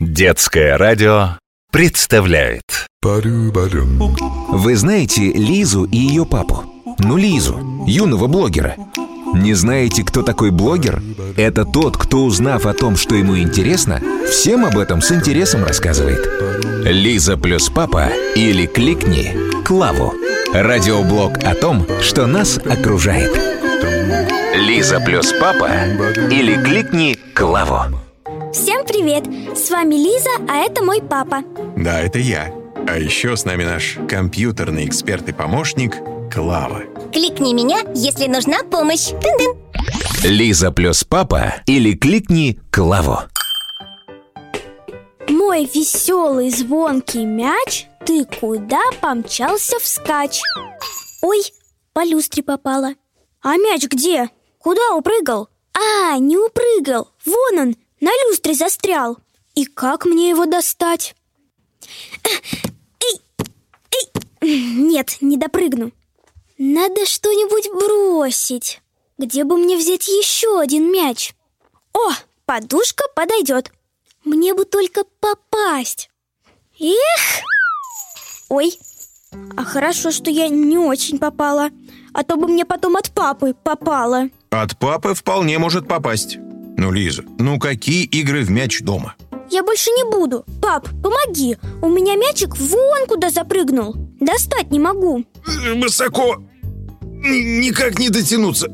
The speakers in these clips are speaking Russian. Детское радио представляет Вы знаете Лизу и ее папу? Ну, Лизу, юного блогера. Не знаете, кто такой блогер? Это тот, кто, узнав о том, что ему интересно, всем об этом с интересом рассказывает. Лиза плюс папа или кликни Клаву. Радиоблог о том, что нас окружает. Лиза плюс папа или кликни Клаву. Всем привет! С вами Лиза, а это мой папа. Да, это я. А еще с нами наш компьютерный эксперт и помощник Клава. Кликни меня, если нужна помощь. Тын-тын. Лиза плюс папа или кликни Клаву. Мой веселый звонкий мяч, ты куда помчался вскачь? Ой, по люстре попала. А мяч где? Куда упрыгал? А, не упрыгал. Вон он, на люстре застрял. И как мне его достать? Нет, не допрыгну. Надо что-нибудь бросить. Где бы мне взять еще один мяч? О, подушка подойдет. Мне бы только попасть. Эх! Ой, а хорошо, что я не очень попала. А то бы мне потом от папы попало. От папы вполне может попасть. Ну, Лиза, ну какие игры в мяч дома? Я больше не буду. Пап, помоги. У меня мячик вон куда запрыгнул. Достать не могу. Высоко. Никак не дотянуться.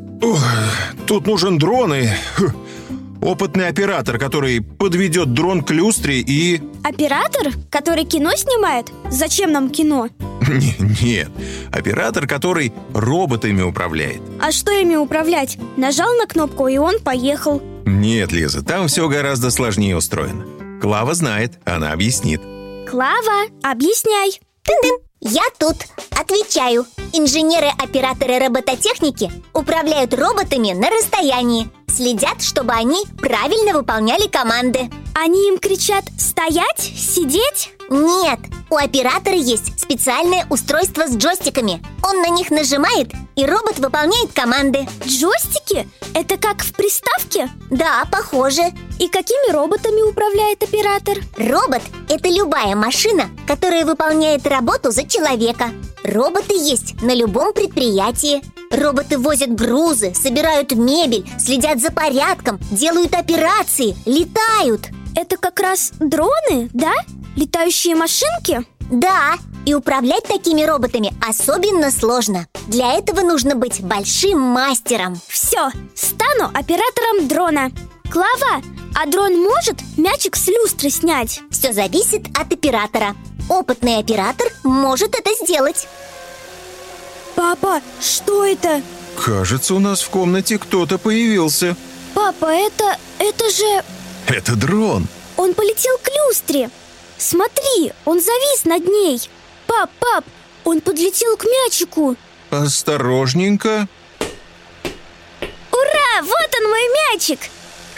тут нужен дрон и хм, опытный оператор, который подведет дрон к люстре и... Оператор, который кино снимает? Зачем нам кино? Нет, оператор, который роботами управляет. А что ими управлять? Нажал на кнопку, и он поехал. Нет, Лиза, там все гораздо сложнее устроено. Клава знает, она объяснит. Клава, объясняй. Я тут отвечаю. Инженеры-операторы робототехники управляют роботами на расстоянии. Следят, чтобы они правильно выполняли команды. Они им кричат «стоять», «сидеть»? Нет, у оператора есть специальное устройство с джойстиками. Он на них нажимает, и робот выполняет команды. Джойстики? Это как в приставке? Да, похоже. И какими роботами управляет оператор? Робот – это любая машина, которая выполняет работу за человека. Роботы есть на любом предприятии. Роботы возят грузы, собирают мебель, следят за порядком, делают операции, летают. Это как раз дроны, да? Летающие машинки? Да, и управлять такими роботами особенно сложно. Для этого нужно быть большим мастером. Все, стану оператором дрона. Клава, а дрон может мячик с люстры снять? Все зависит от оператора. Опытный оператор может это сделать. Папа, что это? Кажется, у нас в комнате кто-то появился. Папа, это... это же... Это дрон. Он полетел к люстре. Смотри, он завис над ней. Пап, пап, он подлетел к мячику. Осторожненько. Ура, вот он мой мячик.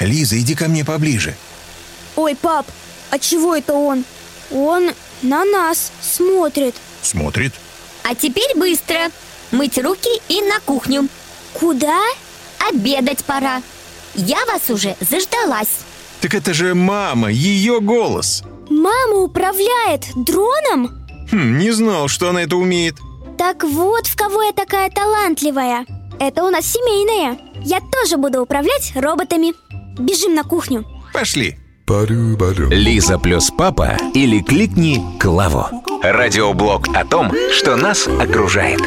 Лиза, иди ко мне поближе. Ой, пап, а чего это он? Он на нас смотрит. Смотрит. А теперь быстро. Мыть руки и на кухню. Куда? Обедать пора. Я вас уже заждалась. Так это же мама, ее голос. Мама управляет дроном? Хм, не знал, что она это умеет. Так вот в кого я такая талантливая. Это у нас семейное. Я тоже буду управлять роботами. Бежим на кухню. Пошли. Лиза плюс папа или кликни Клаву. Радиоблог о том, что нас окружает.